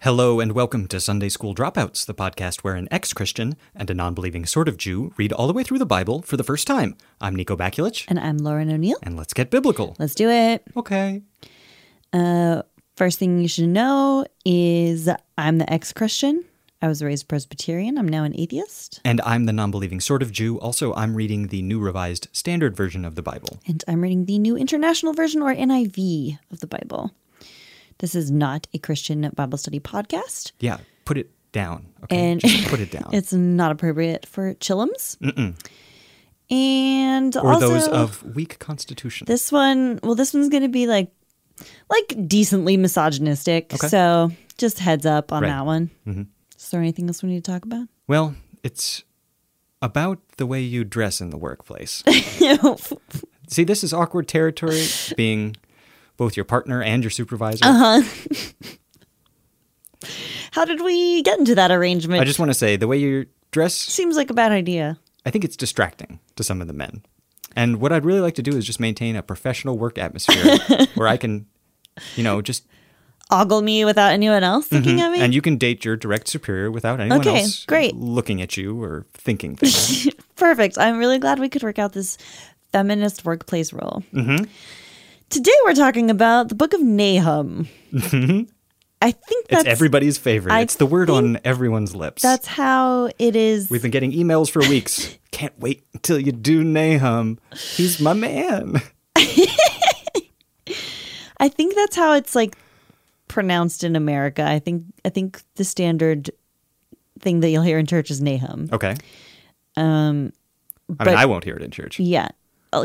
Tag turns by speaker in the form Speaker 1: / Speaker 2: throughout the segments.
Speaker 1: Hello and welcome to Sunday School Dropouts, the podcast where an ex Christian and a non believing sort of Jew read all the way through the Bible for the first time. I'm Nico Bakulich,
Speaker 2: And I'm Lauren O'Neill.
Speaker 1: and let's get biblical.
Speaker 2: Let's do it.
Speaker 1: Okay.
Speaker 2: First thing you should know is I'm the ex Christian. I was raised Presbyterian. I'm now an atheist.
Speaker 1: And I'm the non believing sort of Jew. Also, I'm reading the New Revised Standard Version of the Bible.
Speaker 2: And I'm reading the New International Version or NIV of the Bible. This is not a Christian Bible study podcast.
Speaker 1: Yeah, put it down. Okay.
Speaker 2: And-
Speaker 1: Just put it down.
Speaker 2: It's not appropriate for chillums. And
Speaker 1: or
Speaker 2: also,
Speaker 1: those of weak constitution.
Speaker 2: this one, well, this one's going to be like, like decently misogynistic. So just heads up on
Speaker 1: Right. Mm-hmm.
Speaker 2: that one. Is there anything else we need to talk about?
Speaker 1: well, it's about the way you dress in the workplace. See, this is awkward territory being both your partner and your supervisor.
Speaker 2: How did we get into that arrangement?
Speaker 1: I just want to say the way you dress,
Speaker 2: seems like a bad idea.
Speaker 1: I think it's distracting to some of the men. And what I'd really like to do is just maintain a professional work atmosphere where I can, you know, just
Speaker 2: Ogle me without anyone else looking at me.
Speaker 1: and you can date your direct superior without anyone
Speaker 2: Okay,
Speaker 1: else
Speaker 2: great.
Speaker 1: looking at you or thinking things.
Speaker 2: Perfect. I'm really glad we could work out this feminist workplace role.
Speaker 1: Mm-hmm.
Speaker 2: Today we're talking about the Book of Nahum. I think
Speaker 1: Mm-hmm. it's
Speaker 2: that's
Speaker 1: everybody's favorite.
Speaker 2: I
Speaker 1: it's the word on everyone's lips.
Speaker 2: that's how it is.
Speaker 1: We've been getting emails for weeks. Can't wait until you do Nahum. He's my man.
Speaker 2: I think that's how it's like pronounced in America. I think I think the standard thing that you'll hear in church is Nahum.
Speaker 1: Okay. Um, I
Speaker 2: but-
Speaker 1: mean, I won't hear it in church.
Speaker 2: Yeah.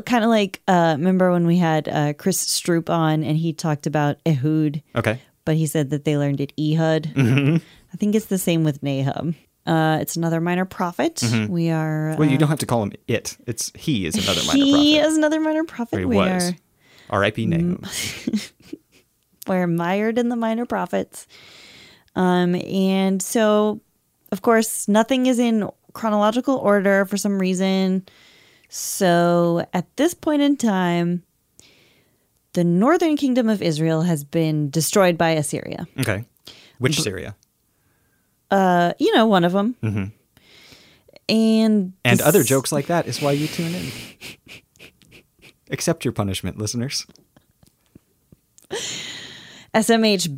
Speaker 2: Kind of like, uh, remember when we had uh, Chris Stroop on and he talked about Ehud,
Speaker 1: Okay.
Speaker 2: but he said that they learned it Ehud.
Speaker 1: Mm-hmm.
Speaker 2: I think it's the same with Nahum. Uh, it's another minor prophet. We are. Uh,
Speaker 1: Mm-hmm. Well, you don't have to call him it. It's he is another minor prophet.
Speaker 2: he is Mm. another minor prophet.
Speaker 1: Or he
Speaker 2: we
Speaker 1: was.
Speaker 2: are
Speaker 1: R.I.P. Nahum.
Speaker 2: we're mired in the minor prophets. Um, and so, of course, nothing is in chronological order for some reason. So, at this point in time, the northern kingdom of Israel has been destroyed by Assyria.
Speaker 1: Okay. Which Syria?
Speaker 2: Uh, you know, one of them. And
Speaker 1: Mm-hmm. And
Speaker 2: this-
Speaker 1: other jokes like that is why you tune in. Accept your punishment, listeners.
Speaker 2: SMH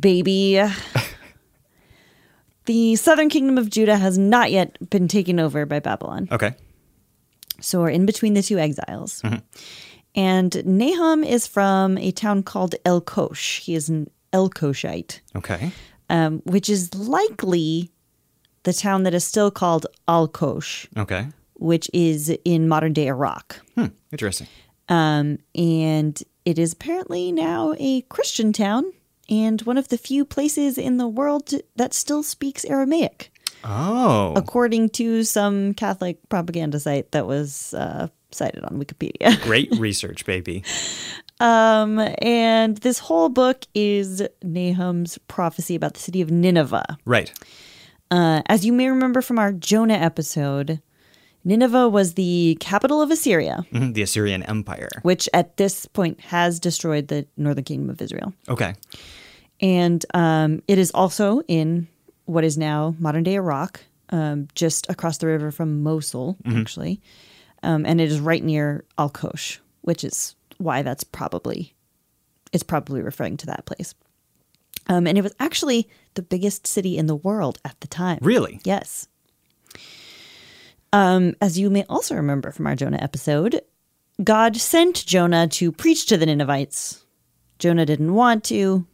Speaker 2: baby. the southern kingdom of Judah has not yet been taken over by Babylon.
Speaker 1: Okay.
Speaker 2: So we're in between the two exiles. And Nahum is from a town called El Kosh. He is an El Koshite,
Speaker 1: Okay.
Speaker 2: um, which is likely the town that is still called Al Kosh,
Speaker 1: Okay.
Speaker 2: which is in modern day Iraq.
Speaker 1: Hmm. Interesting.
Speaker 2: Um, and it is apparently now a Christian town and one of the few places in the world that still speaks Aramaic,
Speaker 1: Oh.
Speaker 2: according to some Catholic propaganda site that was uh, cited on Wikipedia.
Speaker 1: Great research, baby.
Speaker 2: Um, and this whole book is Nahum's prophecy about the city of Nineveh.
Speaker 1: Right.
Speaker 2: Uh, as you may remember from our Jonah episode, Nineveh was the capital of Assyria,
Speaker 1: Mhm, The Assyrian Empire.
Speaker 2: which at this point has destroyed the northern kingdom of Israel.
Speaker 1: Okay.
Speaker 2: And um, it is also in what is now modern day Iraq, um, just across the river from Mosul, actually. Um, and it is right near Al Kosh, which is why that's probably, it's probably referring to that place. Um, and it was actually the biggest city in the world at the time.
Speaker 1: Really?
Speaker 2: Yes. Um, as you may also remember from our Jonah episode, God sent Jonah to preach to the Ninevites. Jonah didn't want to,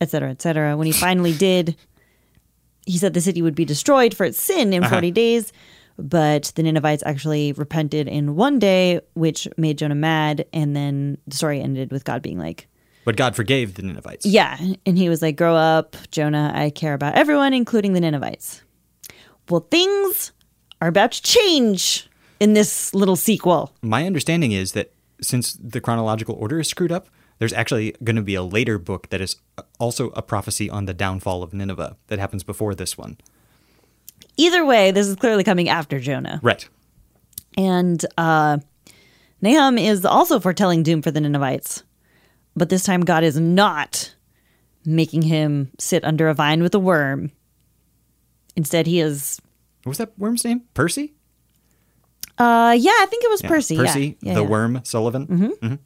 Speaker 2: etc., etc. When he finally did, he said the city would be destroyed for its sin in 40 days, but the Ninevites actually repented in one day, which made Jonah mad. And then the story ended with God being like,
Speaker 1: But God forgave the Ninevites.
Speaker 2: yeah. And he was like, Grow up, Jonah. I care about everyone, including the Ninevites. Well, things are about to change in this little sequel.
Speaker 1: My understanding is that since the chronological order is screwed up, there's actually going to be a later book that is also a prophecy on the downfall of Nineveh that happens before this one.
Speaker 2: Either way, this is clearly coming after Jonah.
Speaker 1: Right.
Speaker 2: And uh, Nahum is also foretelling doom for the Ninevites. But this time, God is not making him sit under a vine with a worm. Instead, he is.
Speaker 1: What was that worm's name? Percy?
Speaker 2: Uh, yeah, I think it was
Speaker 1: Yeah,
Speaker 2: Percy. yeah.
Speaker 1: Percy,
Speaker 2: Yeah, Mm-hmm.
Speaker 1: the
Speaker 2: yeah.
Speaker 1: worm Sullivan.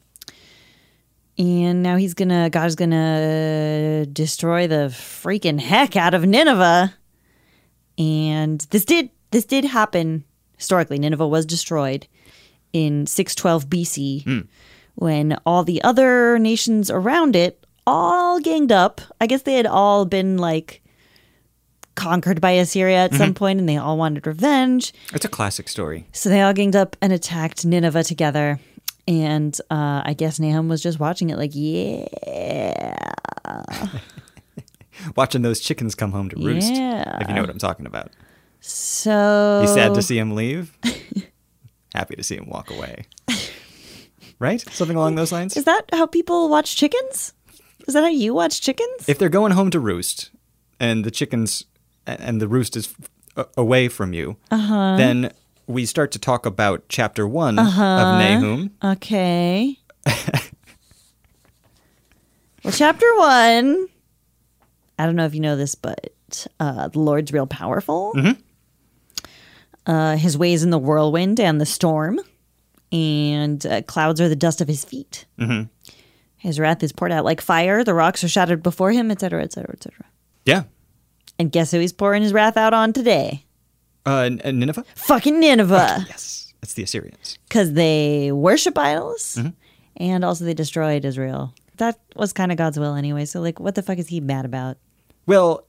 Speaker 2: And now he's gonna, God's gonna destroy the freaking heck out of Nineveh. And this did, this did happen historically. Nineveh was destroyed in 612 BC when all the other nations around it all ganged up. I guess they had all been like conquered by Assyria at some point and they all wanted revenge.
Speaker 1: It's a classic story.
Speaker 2: So they all ganged up and attacked Nineveh together. And uh, I guess Nahum was just watching it, like, yeah.
Speaker 1: Watching those chickens come home to roost,
Speaker 2: Yeah.
Speaker 1: if you know what I'm talking about.
Speaker 2: So.
Speaker 1: You sad to see him leave? Happy to see him walk away. Right? Something along those lines?
Speaker 2: Is that how people watch chickens? Is that how you watch chickens?
Speaker 1: If they're going home to roost and the chickens a- and the roost is a- away from you, then we start to talk about chapter one of Nahum.
Speaker 2: okay. well, chapter one. I don't know if you know this, but uh, the Lord's real powerful. Uh, his ways in the whirlwind and the storm, and uh, clouds are the dust of his feet. His wrath is poured out like fire. The rocks are shattered before him, etc., etc., etc.
Speaker 1: Yeah.
Speaker 2: And guess who he's pouring his wrath out on today?
Speaker 1: Uh, N- uh, Nineveh?
Speaker 2: Fucking Nineveh,
Speaker 1: Yes. It's the Assyrians.
Speaker 2: because they worship idols,
Speaker 1: Mm-hmm.
Speaker 2: and also they destroyed Israel. That was kind of God's will anyway. So, like, what the fuck is he mad about?
Speaker 1: Well,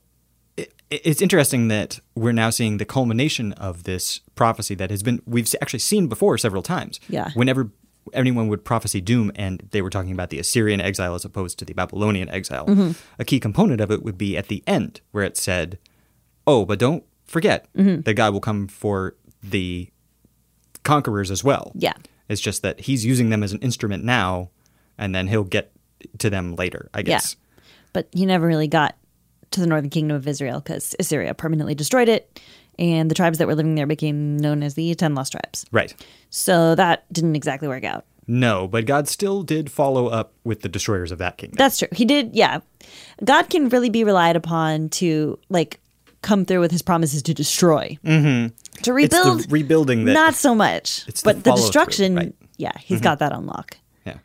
Speaker 1: it, it's interesting that we're now seeing the culmination of this prophecy that has been we've actually seen before several times.
Speaker 2: Yeah.
Speaker 1: Whenever anyone would prophecy doom and they were talking about the Assyrian exile as opposed to the Babylonian exile,
Speaker 2: Mm-hmm.
Speaker 1: a key component of it would be at the end where it said, "Oh, but don't forget
Speaker 2: Mm-hmm.
Speaker 1: that God will come for the conquerors as well."
Speaker 2: Yeah.
Speaker 1: It's just that he's using them as an instrument now and then he'll get to them later, I guess.
Speaker 2: But he never really got to the northern kingdom of Israel because Assyria permanently destroyed it, and the tribes that were living there became known as the Ten Lost Tribes.
Speaker 1: Right.
Speaker 2: So that didn't exactly work out.
Speaker 1: No, but God still did follow up with the destroyers of that kingdom.
Speaker 2: That's true. He did, yeah. God can really be relied upon to like come through with his promises to destroy, mm-hmm. to
Speaker 1: it's
Speaker 2: rebuild.
Speaker 1: the rebuilding that.
Speaker 2: not so much,
Speaker 1: It's the
Speaker 2: but the,
Speaker 1: follow-through,
Speaker 2: destruction.
Speaker 1: right. Mm-hmm.
Speaker 2: Yeah, he's got that on lock.
Speaker 1: yeah.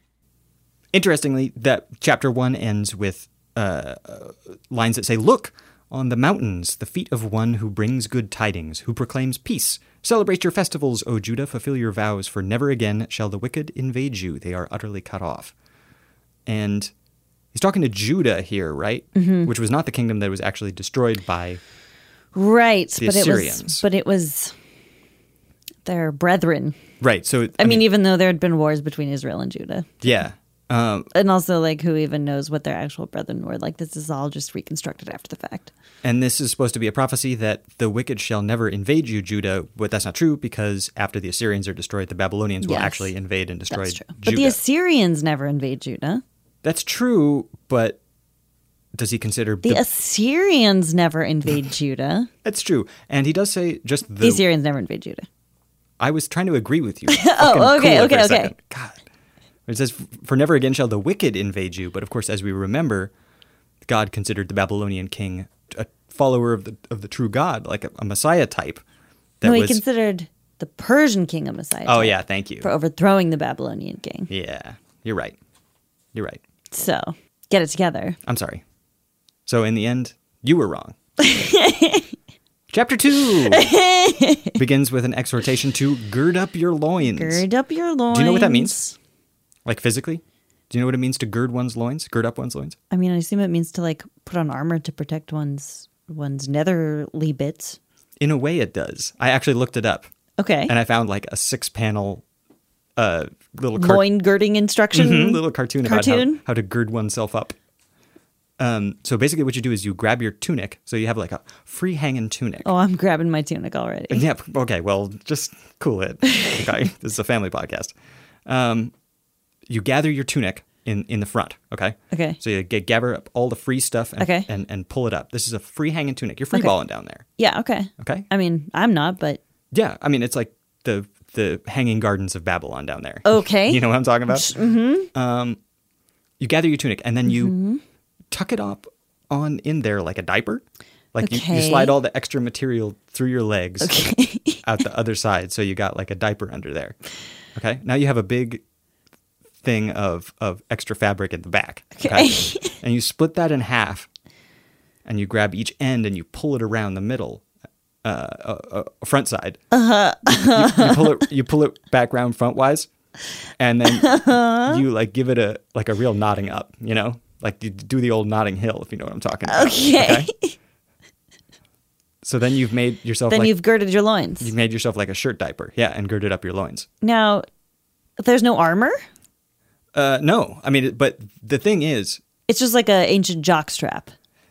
Speaker 1: Interestingly, that chapter one ends with uh, uh, lines that say, "Look on the mountains, the feet of one who brings good tidings, who proclaims peace. Celebrate your festivals, O Judah. Fulfill your vows, for never again shall the wicked invade you. They are utterly cut off." And he's talking to Judah here, right?
Speaker 2: Mm-hmm.
Speaker 1: Which was not the kingdom that was actually destroyed by
Speaker 2: Right, but it was,
Speaker 1: Assyrians.
Speaker 2: but it was their brethren.
Speaker 1: right. So
Speaker 2: I mean, even though there had been wars between Israel and Judah,
Speaker 1: yeah. Um,
Speaker 2: and also like who even knows what their actual brethren were? Like this is all just reconstructed after the fact.
Speaker 1: And this is supposed to be a prophecy that the wicked shall never invade you, Judah, but that's not true because after the Assyrians are destroyed, the Babylonians will
Speaker 2: Yes.
Speaker 1: actually invade and destroy
Speaker 2: That's
Speaker 1: Judah.
Speaker 2: true. But the Assyrians never invade Judah.
Speaker 1: that's true, but does he consider
Speaker 2: The
Speaker 1: the-
Speaker 2: Assyrians never invade Judah.
Speaker 1: That's true. And he does say just the
Speaker 2: The Assyrians never invade Judah.
Speaker 1: I was trying to agree with you. Fucking
Speaker 2: Oh, okay,
Speaker 1: cool it for
Speaker 2: okay,
Speaker 1: a
Speaker 2: okay.
Speaker 1: second. God. It says, For never again shall the wicked invade you. But of course, as we remember, God considered the Babylonian king a follower of the, of the true God, like a, a Messiah type. That
Speaker 2: no, he
Speaker 1: was.
Speaker 2: considered the Persian king a messiah
Speaker 1: oh, yeah, thank you.
Speaker 2: for overthrowing the Babylonian king.
Speaker 1: Yeah, you're right. You're right.
Speaker 2: So get it together.
Speaker 1: I'm sorry. So in the end, you were wrong. Chapter 2 begins with an exhortation to gird up your loins.
Speaker 2: Gird up your loins.
Speaker 1: Do you know what that means? Like physically? Do you know what it means to gird one's loins? Gird up one's loins?
Speaker 2: I mean, I assume it means to like put on armor to protect one's one's netherly bits.
Speaker 1: In a way, it does. I actually looked it up
Speaker 2: Okay.
Speaker 1: and I found like a six panel uh, little, car-
Speaker 2: Loin girding instruction.
Speaker 1: Mhm, little cartoon, about
Speaker 2: Cartoon?
Speaker 1: how, how to gird oneself up. Um, so basically, what you do is you grab your tunic. So you have like a free hanging tunic.
Speaker 2: Oh, I'm grabbing my tunic already.
Speaker 1: Yeah. p- Okay. Well, just cool it. Okay. this is a family podcast. Um, you gather your tunic in in the front. Okay.
Speaker 2: Okay.
Speaker 1: So you g- gather up all the free stuff and,
Speaker 2: Okay.
Speaker 1: and and pull it up. This is a free hanging tunic. You're free balling down there.
Speaker 2: Yeah, okay.
Speaker 1: Okay.
Speaker 2: I mean, I'm not, but
Speaker 1: Yeah. I mean, it's like the the hanging gardens of Babylon down there.
Speaker 2: Okay.
Speaker 1: you know
Speaker 2: Mm-hmm.
Speaker 1: what I'm talking about. Mm-hmm. Um, you gather your tunic and then you tuck it up on in there like a diaper. Like you, you
Speaker 2: Okay.
Speaker 1: slide all the extra material through your legs
Speaker 2: Okay.
Speaker 1: out the other side, so you got like a diaper under there. Okay, now you have a big thing of of extra fabric at the back.
Speaker 2: Okay.
Speaker 1: and you split that in half, and you grab each end and you pull it around the middle, uh, uh, uh front side. Uh huh. You, you pull it. You pull it back round front wise, and
Speaker 2: Uh-huh.
Speaker 1: then you like give it a like a real nodding up. You know, like you do the old nodding hill if you know what I'm talking about.
Speaker 2: Okay.
Speaker 1: So then you've made yourself
Speaker 2: then
Speaker 1: like
Speaker 2: you've girded your loins.
Speaker 1: you've made yourself like a shirt diaper, yeah, and girded up your loins.
Speaker 2: Now, there's no armor.
Speaker 1: Uh, no, I mean, it- but the thing is,
Speaker 2: It's just like an ancient jockstrap.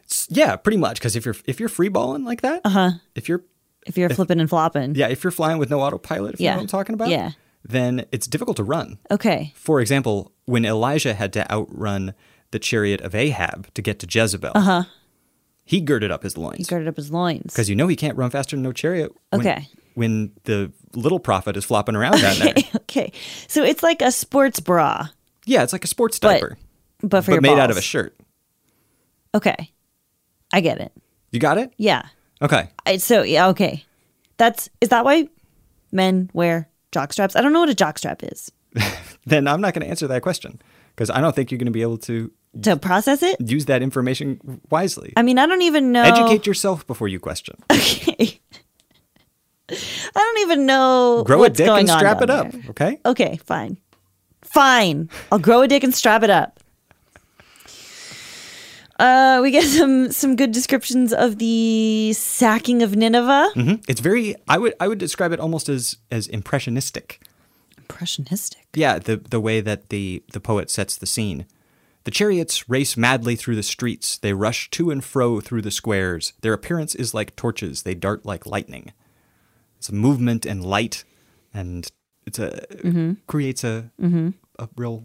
Speaker 1: s- yeah, pretty much. Because if you're if you're free balling like that, uh-huh. if you're
Speaker 2: If you're flipping and flopping.
Speaker 1: yeah, if you're flying with no autopilot, if you
Speaker 2: Yeah.
Speaker 1: know what I'm talking about,
Speaker 2: Yeah.
Speaker 1: then it's difficult to run.
Speaker 2: Okay.
Speaker 1: For example, when Elijah had to outrun the chariot of Ahab to get to Jezebel, uh-huh. he girded up his
Speaker 2: He
Speaker 1: loins
Speaker 2: girded up his loins.
Speaker 1: because you know he can't run faster than no chariot. When,
Speaker 2: Okay.
Speaker 1: when the little prophet is flopping around down there,
Speaker 2: okay. So it's like a sports bra,
Speaker 1: yeah, it's like a sports
Speaker 2: But
Speaker 1: diaper,
Speaker 2: but for your
Speaker 1: but made out of a
Speaker 2: balls.
Speaker 1: shirt.
Speaker 2: Okay. I get it.
Speaker 1: You got it?
Speaker 2: Yeah.
Speaker 1: Okay.
Speaker 2: I, so yeah, okay. That's is that why men wear jockstraps? I don't know what a jockstrap is.
Speaker 1: then I'm not going to answer that question because I don't think you're going to be able to
Speaker 2: To process it?
Speaker 1: use that information wisely.
Speaker 2: I mean, I don't even know.
Speaker 1: Educate yourself before you question.
Speaker 2: Okay. I don't even know
Speaker 1: Grow a
Speaker 2: what's
Speaker 1: dick
Speaker 2: going
Speaker 1: and
Speaker 2: on
Speaker 1: strap
Speaker 2: down
Speaker 1: it up,
Speaker 2: there.
Speaker 1: okay?
Speaker 2: Okay, fine. Fine. I'll grow a dick and strap it up. Uh, we get some some good descriptions of the sacking of Nineveh.
Speaker 1: hmm It's very I would I would describe it almost as as impressionistic.
Speaker 2: Impressionistic.
Speaker 1: Yeah, the the way that the the poet sets the scene. The chariots race madly through the streets. They rush to and fro through the squares. Their appearance is like torches. They dart like lightning. It's a movement and light, and it's a
Speaker 2: Mm-hmm.
Speaker 1: creates a a real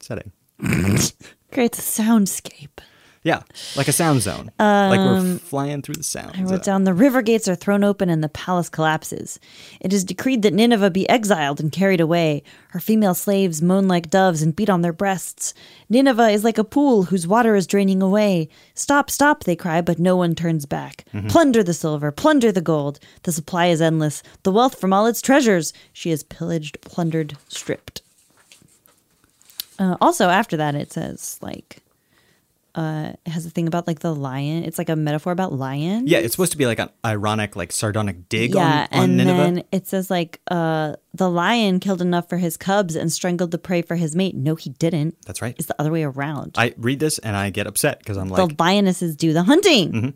Speaker 1: setting.
Speaker 2: Great soundscape.
Speaker 1: Yeah, like a sound zone. like we're flying through the sound.
Speaker 2: Um, I wrote
Speaker 1: zone.
Speaker 2: down the river gates are thrown open and the palace collapses. It is decreed that Nineveh be exiled and carried away. Her female slaves moan like doves and beat on their breasts. Nineveh is like a pool whose water is draining away. Stop, stop, they cry, but no one turns back. Plunder the silver, plunder the gold. The supply is endless. The wealth from all its treasures. She is pillaged, plundered, stripped. Uh, also, after that, it says, like, uh, it has a thing about like the lion. It's like a metaphor about lions
Speaker 1: Yeah, it's supposed to be like an ironic, like sardonic dig
Speaker 2: yeah,
Speaker 1: on, on
Speaker 2: and
Speaker 1: Nineveh.
Speaker 2: then it says like uh, the lion killed enough for his cubs and strangled the prey for his mate. No, he didn't.
Speaker 1: That's right.
Speaker 2: It's the other way around.
Speaker 1: I read this and I get upset because I'm
Speaker 2: the
Speaker 1: like, Mm-hmm.
Speaker 2: lionesses do the hunting.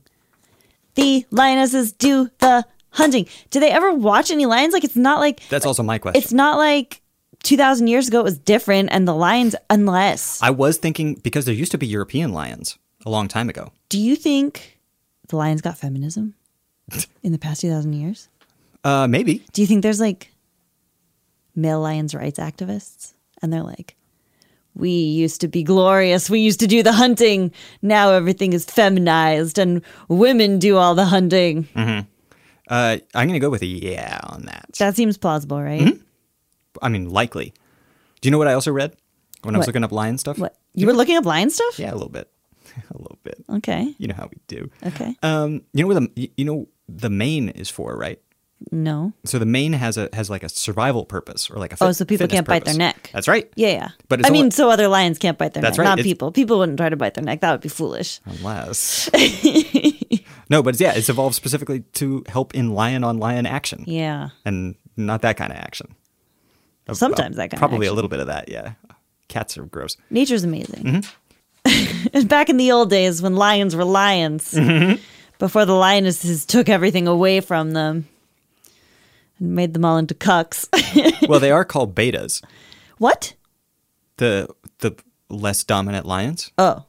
Speaker 2: The lionesses do the hunting. Do they ever watch any lions? Like it's not like
Speaker 1: that's also my question.
Speaker 2: it's not like two thousand years ago it was different, and the lions unless
Speaker 1: I was thinking because there used to be European lions a long time ago.
Speaker 2: do you think the lions got feminism in the past two thousand years?
Speaker 1: Uh, maybe.
Speaker 2: Do you think there's like male lions rights activists? And they're like, we used to be glorious. We used to do the hunting. Now everything is feminized and women do all the hunting.
Speaker 1: Mm. Uh, I'm gonna go with a yeah on that.
Speaker 2: That seems plausible, right?
Speaker 1: Mm-hmm. I mean, likely. Do you know what I also read when I was
Speaker 2: What?
Speaker 1: looking up lion stuff?
Speaker 2: What? You were looking up lion stuff?
Speaker 1: Yeah, a little bit, a little bit.
Speaker 2: Okay.
Speaker 1: You know how we do.
Speaker 2: Okay.
Speaker 1: Um, you know where the you- you know the mane is for, right?
Speaker 2: No.
Speaker 1: So the mane has a has like a survival purpose or like a
Speaker 2: Oh,
Speaker 1: fit-
Speaker 2: so people
Speaker 1: fitness
Speaker 2: can't bite their
Speaker 1: purpose.
Speaker 2: neck.
Speaker 1: That's right.
Speaker 2: Yeah, yeah.
Speaker 1: But it's
Speaker 2: I mean,
Speaker 1: only-
Speaker 2: so other lions can't bite their
Speaker 1: That's
Speaker 2: neck,
Speaker 1: right.
Speaker 2: not
Speaker 1: It's-
Speaker 2: people. People wouldn't try to bite their neck. That would be foolish.
Speaker 1: Unless. no, but it's- yeah, it's evolved specifically to help in lion on lion action.
Speaker 2: Yeah.
Speaker 1: And not that kind of action. Uh,
Speaker 2: Sometimes that kind of
Speaker 1: Probably a
Speaker 2: action.
Speaker 1: little bit of that, yeah. Cats are gross.
Speaker 2: Nature's amazing. Back in the old days when lions were lions, before the lionesses took everything away from them and made them all into cucks.
Speaker 1: well, they are called betas,
Speaker 2: what?
Speaker 1: the the less dominant lions.
Speaker 2: Oh,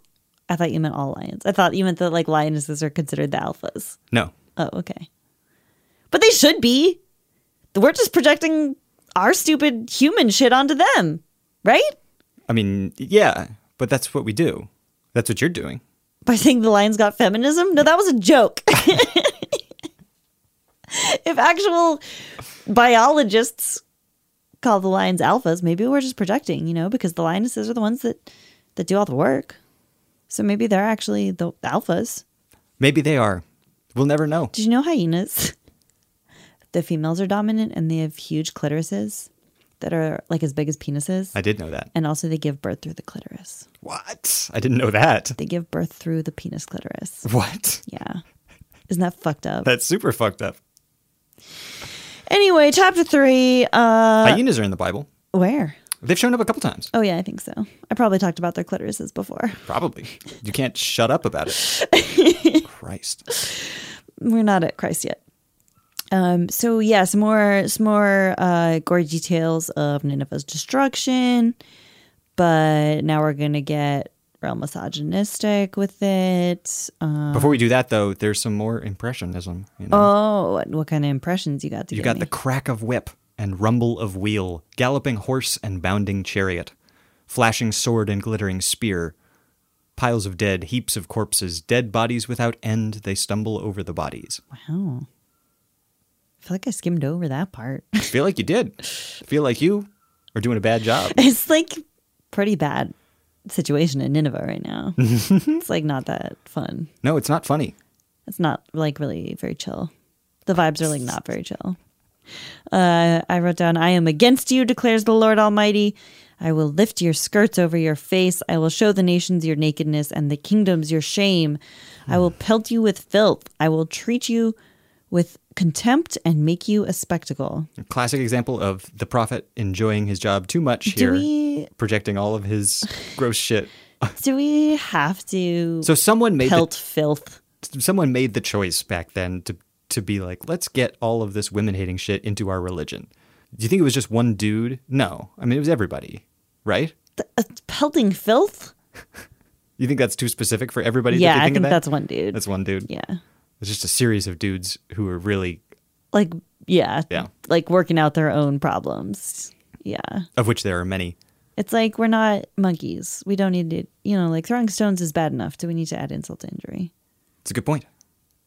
Speaker 2: I thought you meant all lions. I thought you meant that like lionesses are considered the alphas.
Speaker 1: No.
Speaker 2: Oh, okay. But they should be. We're just projecting our stupid human shit onto them, right?
Speaker 1: I mean, yeah, but that's what we do. That's what you're doing.
Speaker 2: by saying the lions got feminism? No, that was a joke. if actual biologists call the lions alphas, maybe we're just projecting, you know, because the lionesses are the ones that that do all the work. So maybe they're actually the alphas.
Speaker 1: Maybe they are. We'll never know.
Speaker 2: Did you know hyenas? the females are dominant and they have huge clitorises that are like as big as penises.
Speaker 1: I did know that.
Speaker 2: and also they give birth through the clitoris.
Speaker 1: What? I didn't know that.
Speaker 2: They give birth through the penis clitoris.
Speaker 1: What?
Speaker 2: Yeah. Isn't that fucked up?
Speaker 1: That's super fucked up.
Speaker 2: Anyway, chapter three. Uh,
Speaker 1: Hyenas are in the Bible.
Speaker 2: where?
Speaker 1: They've shown up a couple times.
Speaker 2: Oh, yeah, I think so. I probably talked about their clitorises before.
Speaker 1: Probably. You can't shut up about it. Christ.
Speaker 2: We're not at Christ yet. Um, so, yeah, some more, some more uh, gory details of Nineveh's destruction. But now we're going to get real misogynistic with it. Um,
Speaker 1: Before we do that, though, there's some more impressionism. You, know?
Speaker 2: oh, what, what kind of impressions you got to
Speaker 1: you
Speaker 2: give
Speaker 1: got
Speaker 2: me?
Speaker 1: the crack of whip and rumble of wheel, galloping horse and bounding chariot, flashing sword and glittering spear, piles of dead, heaps of corpses, dead bodies without end. They stumble over the bodies.
Speaker 2: Wow. I feel like I skimmed over that part.
Speaker 1: I feel like you did. I feel like you are doing a bad job.
Speaker 2: it's like pretty bad situation in Nineveh right now. it's like not that fun.
Speaker 1: No, it's not funny.
Speaker 2: It's not like really very chill. The vibes are like not very chill. Uh, I wrote down, I am against you, declares the Lord Almighty. I will lift your skirts over your face. I will show the nations your nakedness and the kingdoms your shame. I will pelt you with filth. I will treat you with contempt and make you a spectacle.
Speaker 1: Classic example of the prophet enjoying his job too much here,
Speaker 2: Do we-
Speaker 1: projecting all of his gross shit.
Speaker 2: Do we have to
Speaker 1: So someone made the
Speaker 2: pelt filth?
Speaker 1: someone made the choice back then to to be like, let's get all of this women hating shit into our religion. Do you think it was just one dude? No, I mean it was everybody, right?
Speaker 2: Th- uh, pelting filth?
Speaker 1: You think that's too specific for everybody?
Speaker 2: yeah,
Speaker 1: that could
Speaker 2: I
Speaker 1: think
Speaker 2: think
Speaker 1: of that?
Speaker 2: that's one dude.
Speaker 1: That's one dude.
Speaker 2: yeah.
Speaker 1: It's just a series of dudes who are really
Speaker 2: Like, yeah.
Speaker 1: Yeah.
Speaker 2: Like working out their own problems. Yeah.
Speaker 1: of which there are many.
Speaker 2: It's like we're not monkeys. We don't need to, you know, like throwing stones is bad enough. Do we need to add insult to injury?
Speaker 1: It's a good point.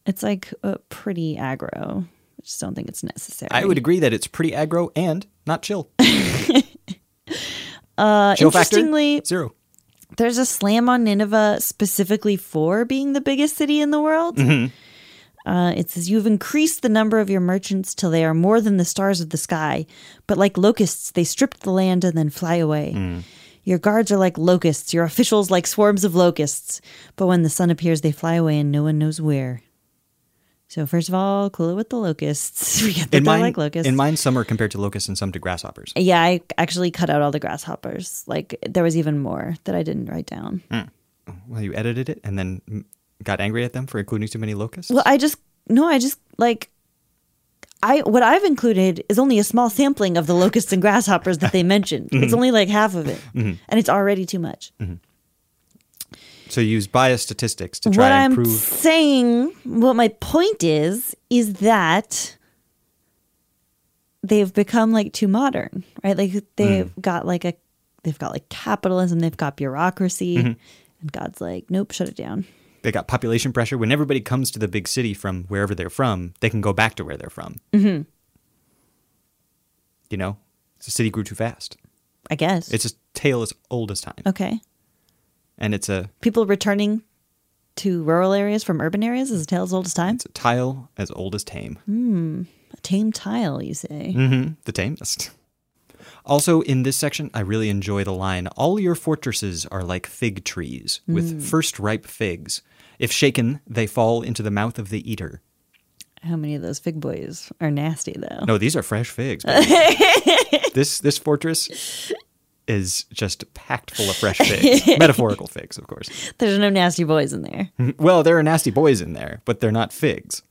Speaker 2: It's like uh, pretty aggro. I just don't think it's necessary.
Speaker 1: I would agree that it's pretty aggro and not chill. uh, chill
Speaker 2: interestingly-
Speaker 1: factor, zero.
Speaker 2: there's a slam on Nineveh specifically for being the biggest city in the world.
Speaker 1: Mm-hmm.
Speaker 2: Uh, it says, You've increased the number of your merchants till they are more than the stars of the sky. But like locusts, they strip the land and then fly away.
Speaker 1: Mm.
Speaker 2: Your guards are like locusts, your officials like swarms of locusts. But when the sun appears, they fly away and no one knows where. So, first of all, cool it with the locusts. We get that
Speaker 1: In
Speaker 2: they're
Speaker 1: mine,
Speaker 2: like locusts.
Speaker 1: in mine, some are compared to locusts and some to grasshoppers.
Speaker 2: yeah, I actually cut out all the grasshoppers. Like, there was even more that I didn't write down.
Speaker 1: Well, you edited it and then mm, got angry at them for including too many locusts.
Speaker 2: Well, I just no, I just like I what I've included is only a small sampling of the locusts and grasshoppers that they mentioned.
Speaker 1: Mm-hmm.
Speaker 2: It's only like half of it, and it's already too much.
Speaker 1: So you use bias statistics to try
Speaker 2: What
Speaker 1: and
Speaker 2: I'm
Speaker 1: prove
Speaker 2: saying, what my point is, is that they've become like too modern, right? Like they've
Speaker 1: Mm.
Speaker 2: got like a they've got like capitalism, they've got bureaucracy,
Speaker 1: Mm-hmm.
Speaker 2: and God's like, nope, shut it down.
Speaker 1: they got population pressure. When everybody comes to the big city from wherever they're from, they can go back to where they're from. Mm-hmm. You know, the city grew too fast.
Speaker 2: I guess
Speaker 1: It's a tale as old as time,
Speaker 2: okay.
Speaker 1: and it's a
Speaker 2: people returning to rural areas from urban areas is a tale as old as time.
Speaker 1: it's a tile as old as tame.
Speaker 2: A tame tile, you say.
Speaker 1: Mm-hmm. The tamest. Also, in this section, I really enjoy the line All your fortresses are like fig trees, with first ripe figs. If shaken, they fall into the mouth of the eater.
Speaker 2: How many of those fig boys are nasty though?
Speaker 1: No, these are fresh figs. baby. this this fortress is just packed full of fresh figs. Metaphorical figs, of course.
Speaker 2: There's no nasty boys in there.
Speaker 1: Well, there are nasty boys in there, but they're not figs.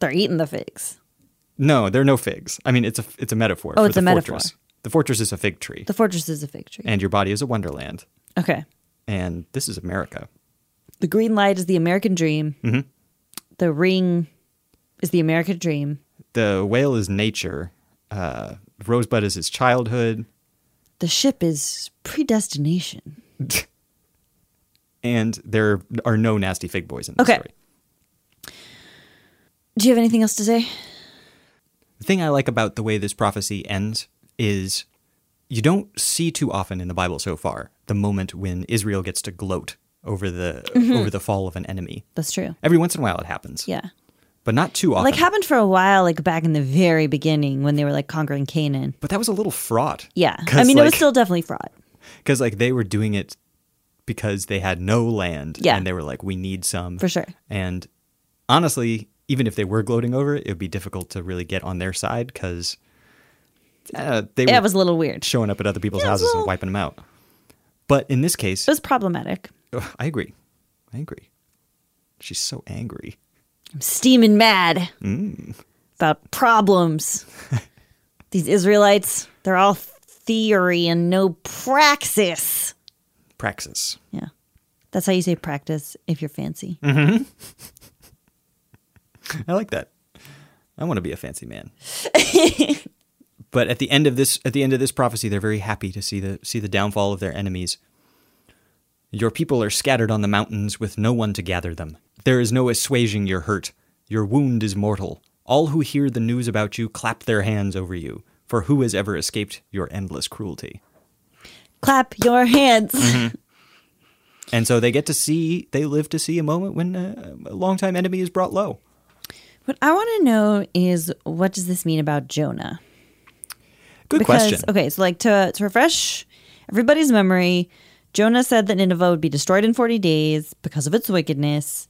Speaker 2: They're eating the figs.
Speaker 1: No, there are no figs. I mean, it's a it's a metaphor.
Speaker 2: Oh,
Speaker 1: for
Speaker 2: it's
Speaker 1: the
Speaker 2: a metaphor.
Speaker 1: Fortress. The fortress is a fig tree,
Speaker 2: The fortress is a fig tree.
Speaker 1: and your body is a wonderland.
Speaker 2: Okay.
Speaker 1: And this is America.
Speaker 2: The green light is the American dream. The ring is the American dream.
Speaker 1: the whale is nature. Uh, Rosebud is his childhood,
Speaker 2: The ship is predestination.
Speaker 1: and there are no nasty fig boys in the
Speaker 2: Okay.
Speaker 1: story.
Speaker 2: Do you have anything else to say?
Speaker 1: The thing I like about the way this prophecy ends is you don't see too often in the Bible so far the moment when Israel gets to gloat over the over the fall of an enemy.
Speaker 2: That's true.
Speaker 1: Every once in a while it happens,
Speaker 2: Mm-hmm. Yeah.
Speaker 1: but not too often.
Speaker 2: Like happened for a while, like back in the very beginning when they were like conquering Canaan.
Speaker 1: but that was a little fraught.
Speaker 2: Yeah. I
Speaker 1: 'Cause,
Speaker 2: mean, it was
Speaker 1: like-
Speaker 2: still definitely fraud.
Speaker 1: because like they were doing it because they had no land
Speaker 2: Yeah.
Speaker 1: and they were like we need some
Speaker 2: For sure.
Speaker 1: and honestly even if they were gloating over it it would be difficult to really get on their side because uh, they
Speaker 2: Yeah,
Speaker 1: were
Speaker 2: it was a little weird. It
Speaker 1: showing up at other people's
Speaker 2: Yeah, it was
Speaker 1: houses
Speaker 2: a
Speaker 1: and
Speaker 2: little-
Speaker 1: wiping them out but in this case oh,
Speaker 2: was problematic.
Speaker 1: i agree i agree she's so angry
Speaker 2: I'm steaming mad about problems. These Israelites, they're all theory and no praxis.
Speaker 1: praxis
Speaker 2: Yeah. That's how you say practice if you're fancy.
Speaker 1: I like that. I want to be a fancy man. but at the end of this at the end of this prophecy, they're very happy to see the see the downfall of their enemies. Your people are scattered on the mountains with no one to gather them. There is no assuaging your hurt. Your wound is mortal. All who hear the news about you clap their hands over you, for who has ever escaped your endless cruelty?
Speaker 2: Clap your hands.
Speaker 1: And so they get to see, they live to see a moment when uh, a longtime enemy is brought low.
Speaker 2: What I want to know is what does this mean about Jonah?
Speaker 1: Good question.
Speaker 2: Okay, so like to, to refresh everybody's memory, Jonah said that Nineveh would be destroyed in 40 days because of its wickedness.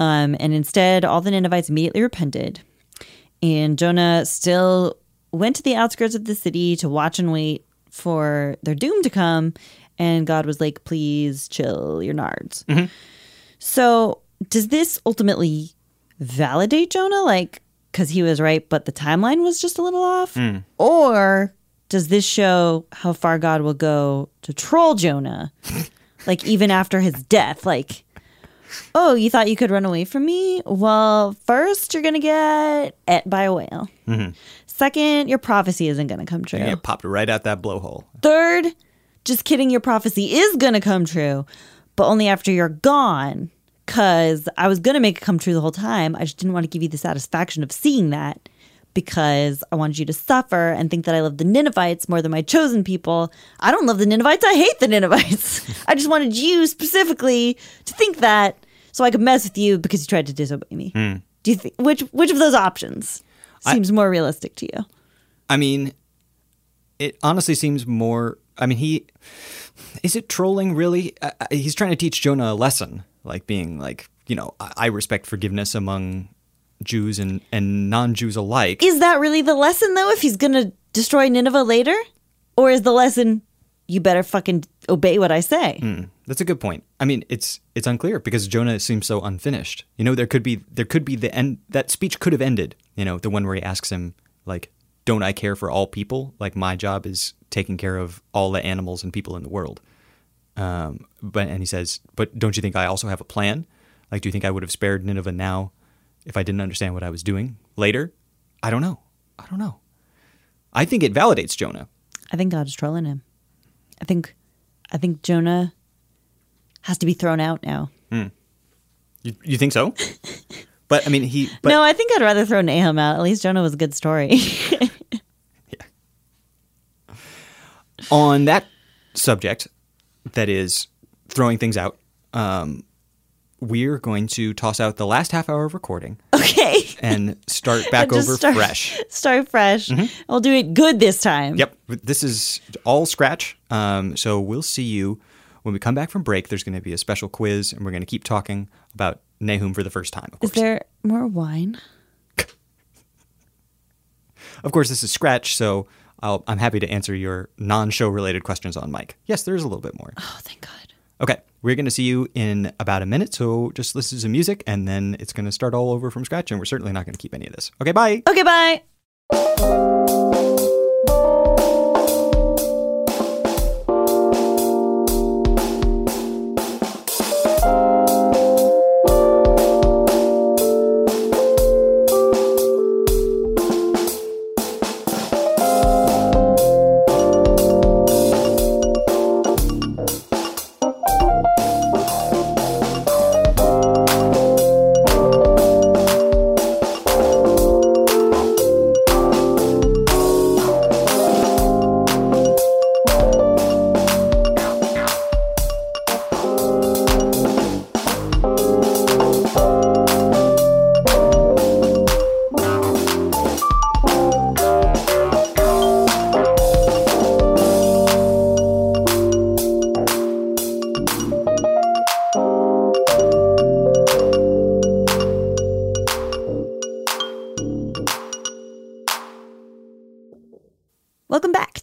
Speaker 2: Um, and instead, all the Ninevites immediately repented. And Jonah still went to the outskirts of the city to watch and wait for their doom to come. And God was like, please chill your nards. So, does this ultimately validate Jonah? Like, because he was right, but the timeline was just a little off? Or does this show how far God will go to troll Jonah? like, even after his death? Like, oh, you thought you could run away from me? Well, first, you're going to get et by a whale. Second, your prophecy isn't going to come true.
Speaker 1: Yeah, it popped right out that blowhole.
Speaker 2: Third, just kidding, your prophecy is going to come true, but only after you're gone. Because I was going to make it come true the whole time. I just didn't want to give you the satisfaction of seeing that because I wanted you to suffer and think that I love the Ninevites more than my chosen people. I don't love the Ninevites. I hate the Ninevites. I just wanted you specifically to think that so I could mess with you because you tried to disobey me. Do you think which which of those options seems more realistic to you?
Speaker 1: I mean, it honestly seems more. I mean, he is it trolling really? Uh, uh, he's trying to teach Jonah a lesson, like being like, you know, I, I respect forgiveness among Jews and and non-Jews alike.
Speaker 2: is that really the lesson though if he's gonna destroy nineveh later or is the lesson you better fucking obey what i say
Speaker 1: Mm. Hmm. That's a good point. I mean, it's it's unclear because Jonah seems so unfinished. You know, there could be there could be the end that speech could have ended. You know, the one where he asks him like, "Don't I care for all people? Like my job is taking care of all the animals and people in the world." Um, but and he says, "But don't you think I also have a plan? Like, do you think I would have spared Nineveh now if I didn't understand what I was doing later? I don't know. I don't know. I think it validates Jonah.
Speaker 2: i think god is trolling him i think i think jonah has to be thrown out now
Speaker 1: You, you think so? but I mean, he. But,
Speaker 2: no i think i'd rather throw nahum out at least jonah was a good story
Speaker 1: on that subject, that is throwing things out, um, we're going to toss out the last half hour of recording
Speaker 2: okay
Speaker 1: and start back
Speaker 2: Just
Speaker 1: over
Speaker 2: start-
Speaker 1: fresh. Mm-hmm.
Speaker 2: start fresh i'll do it good this time
Speaker 1: Yep, this is all scratch. Um, so we'll see you when we come back from break. There's going to be a special quiz, and we're going to keep talking about Nahum for the first time. Of
Speaker 2: is
Speaker 1: course,
Speaker 2: there more wine
Speaker 1: of course, this is scratch, so I'll, I'm happy to answer your non-show related questions on mic. Yes, there is a little bit more.
Speaker 2: oh thank god
Speaker 1: Okay, we're going to see you in about a minute. So just listen to some music and then it's going to start all over from scratch. And we're certainly not going to keep any of this. Okay, bye.
Speaker 2: okay bye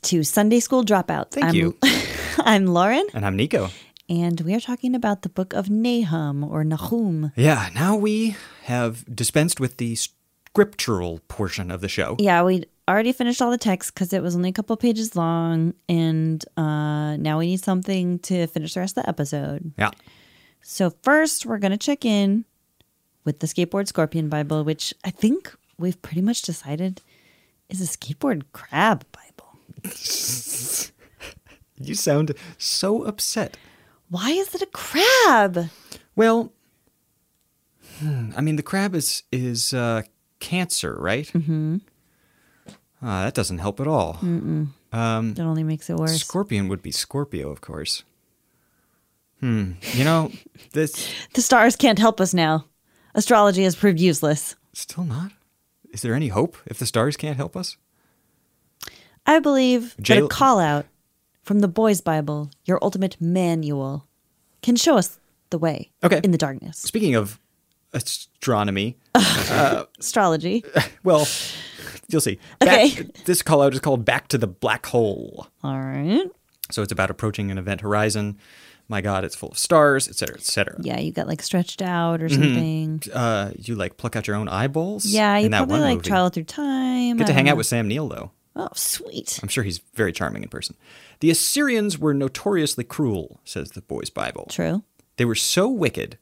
Speaker 2: to Sunday School Dropouts.
Speaker 1: Thank
Speaker 2: I'm,
Speaker 1: you.
Speaker 2: I'm Lauren,
Speaker 1: And I'm Nico.
Speaker 2: and we are talking about the book of Nahum or Nahum.
Speaker 1: Yeah, now we have dispensed with the scriptural portion of the show.
Speaker 2: Yeah, we already finished all the text because it was only a couple pages long, and uh, now we need something to finish the rest of the episode.
Speaker 1: Yeah.
Speaker 2: So first, we're gonna check in with the Skateboard Scorpion Bible, which I think we've pretty much decided is a skateboard crab Bible.
Speaker 1: You sound so upset.
Speaker 2: Why is it a crab?
Speaker 1: Well, hmm, I mean, the crab is is uh, cancer, right? Mm-hmm. Uh, that doesn't help at all.
Speaker 2: That only makes it worse.
Speaker 1: Scorpion would be Scorpio, of course. Hmm. You know, this
Speaker 2: The stars can't help us now. Astrology has proved useless.
Speaker 1: still not. Is there any hope if the stars can't help us?
Speaker 2: I believe that
Speaker 1: Jail-
Speaker 2: a call out from the boys' Bible, your ultimate manual, can show us the way
Speaker 1: Okay.
Speaker 2: in the darkness.
Speaker 1: Speaking of astronomy,
Speaker 2: Astrology.
Speaker 1: well, you'll see.
Speaker 2: Okay.
Speaker 1: This call out is called "Back to the Black Hole."
Speaker 2: All right.
Speaker 1: So it's about approaching an event horizon. My God, it's full of stars, et cetera, et cetera.
Speaker 2: Yeah, you got like stretched out or
Speaker 1: Mm-hmm.
Speaker 2: something.
Speaker 1: uh, you like pluck out your own eyeballs.
Speaker 2: Yeah, you
Speaker 1: in that
Speaker 2: probably
Speaker 1: one
Speaker 2: like
Speaker 1: movie.
Speaker 2: trial through time.
Speaker 1: Get to
Speaker 2: I don't
Speaker 1: hang
Speaker 2: know.
Speaker 1: out Mm. with Sam Neill though.
Speaker 2: Oh, sweet.
Speaker 1: I'm sure he's very charming in person. The Assyrians were notoriously cruel, says the boy's Bible.
Speaker 2: True.
Speaker 1: They were so wicked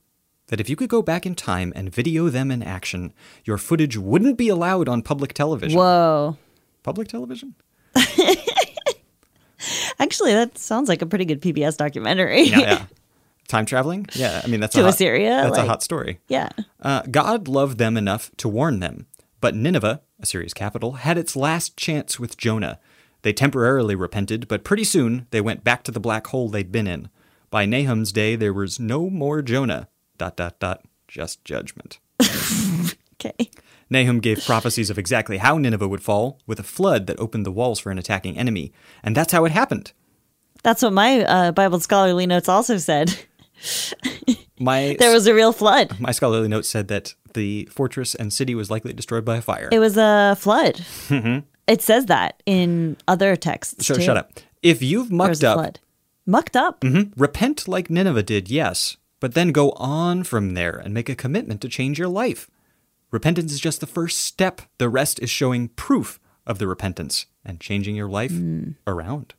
Speaker 1: that if you could go back in time and video them in action, your footage wouldn't be allowed on public television.
Speaker 2: Whoa.
Speaker 1: Public television?
Speaker 2: Actually, that sounds like a pretty good PBS documentary.
Speaker 1: Yeah, yeah. Time traveling? Yeah, I mean that's
Speaker 2: To
Speaker 1: a hot,
Speaker 2: Assyria,
Speaker 1: That's
Speaker 2: like-
Speaker 1: a hot story.
Speaker 2: yeah.
Speaker 1: Uh, God loved them enough to warn them, but Nineveh, Assyria's capital, had its last chance with Jonah. They temporarily repented, but pretty soon they went back to the black hole they'd been in. By Nahum's day, there was no more Jonah. Dot dot dot. Just judgment.
Speaker 2: Okay.
Speaker 1: Nahum gave prophecies of exactly how Nineveh would fall, with a flood that opened the walls for an attacking enemy, and that's how it happened.
Speaker 2: That's what my uh, Bible scholarly notes also said.
Speaker 1: My
Speaker 2: There was a real flood.
Speaker 1: my scholarly note said that the fortress and city was likely destroyed by a fire.
Speaker 2: It was a flood. It says that in other texts.
Speaker 1: Mm-hmm. so
Speaker 2: too.
Speaker 1: shut up. If you've
Speaker 2: There was
Speaker 1: mucked
Speaker 2: a
Speaker 1: up, Mm-hmm.
Speaker 2: flood. Mucked up.
Speaker 1: Repent like Nineveh did, yes, but then go on from there and make a commitment to change your life. Repentance is just the first step. The rest is showing proof of the repentance and changing your life around.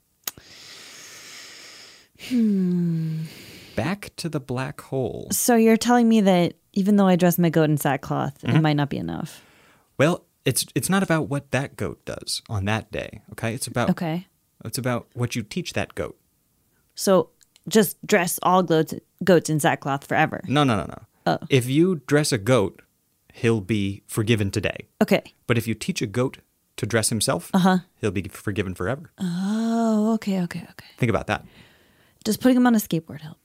Speaker 1: Back to the black hole.
Speaker 2: So you're telling me that even though I dress my goat in sackcloth,
Speaker 1: Mm-hmm.
Speaker 2: it might not be enough.
Speaker 1: Well, it's it's not about what that goat does on that day, okay? It's about
Speaker 2: Okay.
Speaker 1: it's about what you teach that goat.
Speaker 2: So just dress all goats, goats in sackcloth forever.
Speaker 1: No, no, no, no. If you dress a goat, he'll be forgiven today.
Speaker 2: Okay.
Speaker 1: But if you teach a goat to dress himself, uh-huh. he'll be forgiven forever.
Speaker 2: Oh, okay, okay, okay.
Speaker 1: Think about that.
Speaker 2: Does putting him on a skateboard help?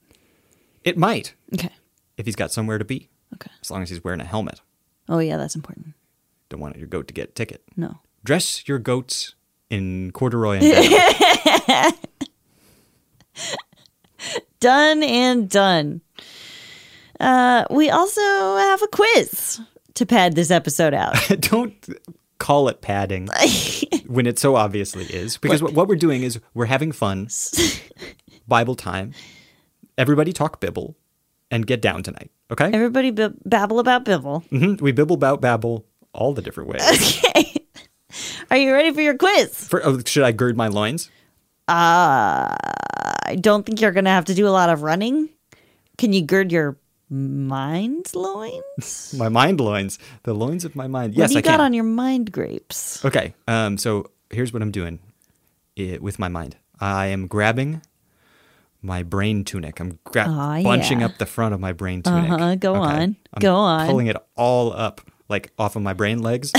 Speaker 1: It might
Speaker 2: Okay.
Speaker 1: if he's got somewhere to be,
Speaker 2: Okay.
Speaker 1: as long as he's wearing a helmet.
Speaker 2: Oh, yeah, that's important.
Speaker 1: Don't want your goat to get a ticket.
Speaker 2: No.
Speaker 1: Dress your goats in corduroy and down.
Speaker 2: Done and done. Uh, we also have a quiz to pad this episode out.
Speaker 1: Don't call it padding when it so obviously is. Because what what we're doing is we're having fun, Bible time. Everybody talk Bible and get down tonight, okay?
Speaker 2: Everybody b- babble about Bibble.
Speaker 1: Mhm. We bibble, bout, babble all the different ways.
Speaker 2: Are you ready for your quiz? Uh,
Speaker 1: For, oh, should I gird my loins?
Speaker 2: I don't think you're going to have to do a lot of running. Can you gird your mind loins?
Speaker 1: My mind loins. The loins of my mind.
Speaker 2: what
Speaker 1: Yes,
Speaker 2: do you
Speaker 1: I
Speaker 2: got
Speaker 1: can.
Speaker 2: on your mind grapes?
Speaker 1: okay. Um, so here's what I'm doing i with my mind. I am grabbing my brain tunic. I'm gra-
Speaker 2: Aw,
Speaker 1: bunching
Speaker 2: Ah, yeah.
Speaker 1: up the front of my brain tunic.
Speaker 2: Uh-huh, go on.
Speaker 1: I'm
Speaker 2: Go on.
Speaker 1: Pulling it all up, like off of my brain legs,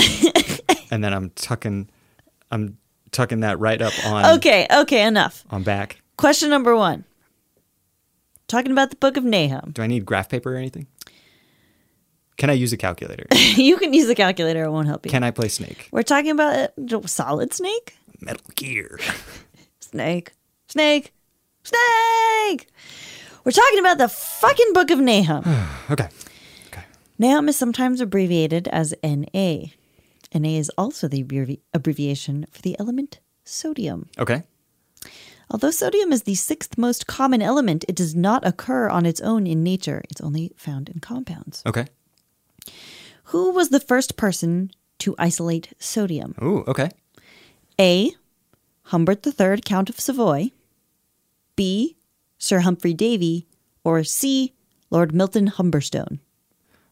Speaker 1: and then I'm tucking, I'm tucking that right up on
Speaker 2: Okay, okay, enough.
Speaker 1: on back.
Speaker 2: Question number one. Talking about the book of Nahum.
Speaker 1: Do I need graph paper or anything? Can I use a calculator?
Speaker 2: you can use a calculator, it won't help you.
Speaker 1: can I play Snake?
Speaker 2: We're talking about a solid snake?
Speaker 1: Metal Gear.
Speaker 2: Snake. Snake. Snake. We're talking about the fucking book of Nahum.
Speaker 1: okay. Okay.
Speaker 2: Nahum is sometimes abbreviated as NA. NA is also the abbrevi- abbreviation for the element sodium.
Speaker 1: Okay.
Speaker 2: Although sodium is the sixth most common element, it does not occur on its own in nature. It's only found in compounds.
Speaker 1: Okay.
Speaker 2: Who was the first person to isolate sodium?
Speaker 1: Ooh, okay.
Speaker 2: A. Humbert III, Count of Savoy. B. Sir Humphrey Davy. Or C. Lord Milton Humberstone.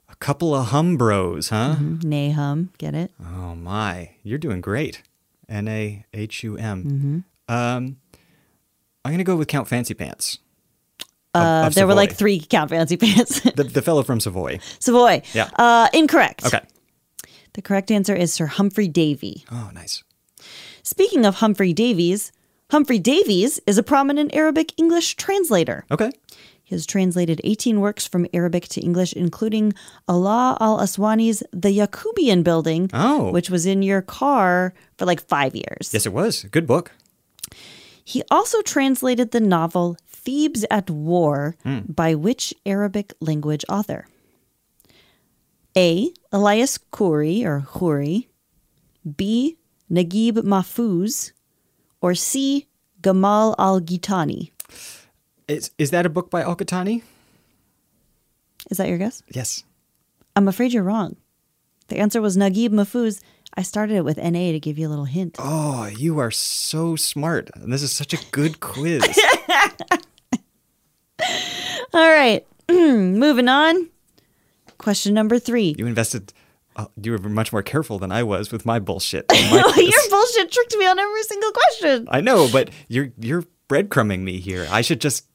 Speaker 1: A couple of humbros, huh?
Speaker 2: Nahum, get it?
Speaker 1: Oh my, you're doing great. N A H U M. Um, I'm gonna go with Count Fancy Pants. of-
Speaker 2: Uh,
Speaker 1: of
Speaker 2: there were
Speaker 1: Savoy.
Speaker 2: like three Count Fancy Pants.
Speaker 1: the, the fellow from Savoy.
Speaker 2: Savoy.
Speaker 1: Yeah.
Speaker 2: Uh, incorrect.
Speaker 1: Okay.
Speaker 2: The correct answer is Sir Humphrey Davy.
Speaker 1: Oh, nice.
Speaker 2: Speaking of Humphrey Davies, Humphrey Davies is a prominent Arabic English translator.
Speaker 1: Okay.
Speaker 2: He has translated 18 works from Arabic to English, including Allah al Aswani's The Yacubian Building,
Speaker 1: Oh.
Speaker 2: which was in your car for like five years.
Speaker 1: Yes, it was. Good book.
Speaker 2: He also translated the novel Thebes at War by which Arabic language author? A. Elias Khoury or Khoury, B. Naguib Mahfouz, or C. Gamal al Gitani.
Speaker 1: Is is that a book by Al-Qahtani?
Speaker 2: Is that your guess?
Speaker 1: Yes.
Speaker 2: I'm afraid you're wrong. The answer was Naguib Mahfouz. I started it with NA to give you a little hint.
Speaker 1: Oh, you are so smart. This is such a good quiz.
Speaker 2: All right, moving on. Question number three.
Speaker 1: you invested. Uh, you were much more careful than I was with my bullshit. and my quiz.
Speaker 2: Your bullshit tricked me on every single question.
Speaker 1: I know, but you're you're breadcrumbing me here. I should just.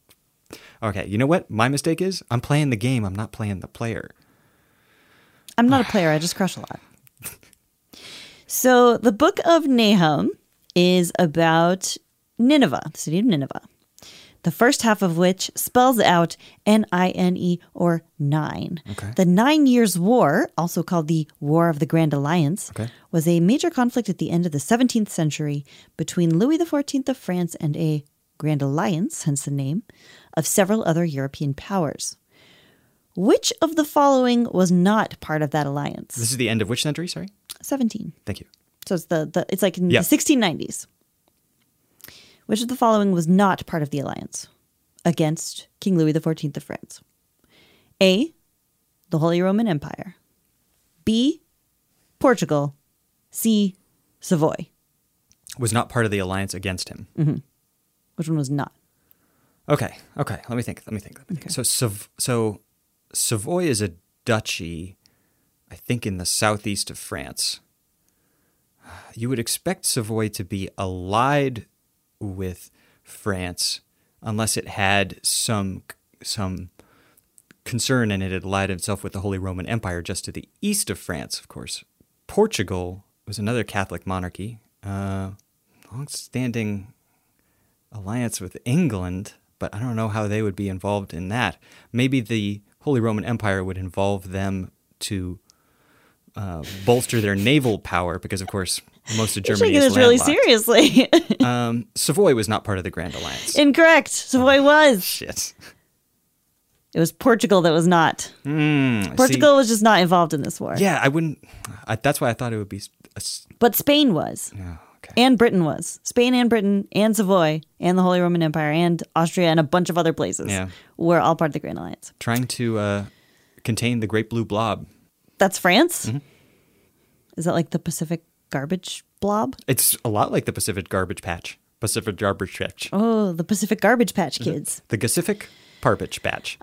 Speaker 1: Okay, you know what? My mistake is I'm playing the game. I'm not playing the player.
Speaker 2: I'm not a player. I just crush a lot. So the book of Nahum is about Nineveh, the city of Nineveh. The first half of which spells out N I N E or nine.
Speaker 1: Okay.
Speaker 2: The Nine Years' War, also called the War of the Grand Alliance,
Speaker 1: Okay.
Speaker 2: was a major conflict at the end of the 17th century between Louis XIV of France and a Grand Alliance, hence the name, of several other European powers. Which of the following was not part of that alliance?
Speaker 1: This is the end of which century? Sorry.
Speaker 2: 17.
Speaker 1: Thank you.
Speaker 2: So it's the, the it's like in
Speaker 1: Yeah.
Speaker 2: the 1690s. Which of the following was not part of the alliance against King Louis XIV of France? A. The Holy Roman Empire. B. Portugal. C. Savoy.
Speaker 1: Was not part of the alliance against him.
Speaker 2: Which one was not?
Speaker 1: Okay. Okay. Let me think. Let me think. Let me think. So Sav- so Savoy is a duchy, I think, in the southeast of France. You would expect Savoy to be allied with France, unless it had some some concern and it had allied itself with the Holy Roman Empire just to the east of France, of course. Portugal was another Catholic monarchy, uh, long-standing alliance with England, but I don't know how they would be involved in that. Maybe the Holy Roman Empire would involve them to uh, bolster their naval power, because of course most of Germany
Speaker 2: Taking
Speaker 1: is
Speaker 2: this really
Speaker 1: landlocked.
Speaker 2: seriously.
Speaker 1: Um, Savoy was not part of the Grand Alliance.
Speaker 2: Incorrect. Savoy was.
Speaker 1: Shit.
Speaker 2: It was Portugal that was not. Portugal was just not involved in this war.
Speaker 1: Hmm, Yeah, I wouldn't. I, that's why I thought it would be. s- a s-
Speaker 2: But Spain was.
Speaker 1: oh, okay.
Speaker 2: and Britain was. Spain and Britain and Savoy and the Holy Roman Empire and Austria and a bunch of other places
Speaker 1: Yeah.
Speaker 2: were all part of the Grand Alliance.
Speaker 1: Trying to uh, contain the great blue blob.
Speaker 2: That's France. Is that like the Pacific garbage blob?
Speaker 1: It's a lot like the Pacific garbage patch. Pacific garbage patch.
Speaker 2: Oh, the Pacific garbage patch kids.
Speaker 1: The Pacific garbage patch.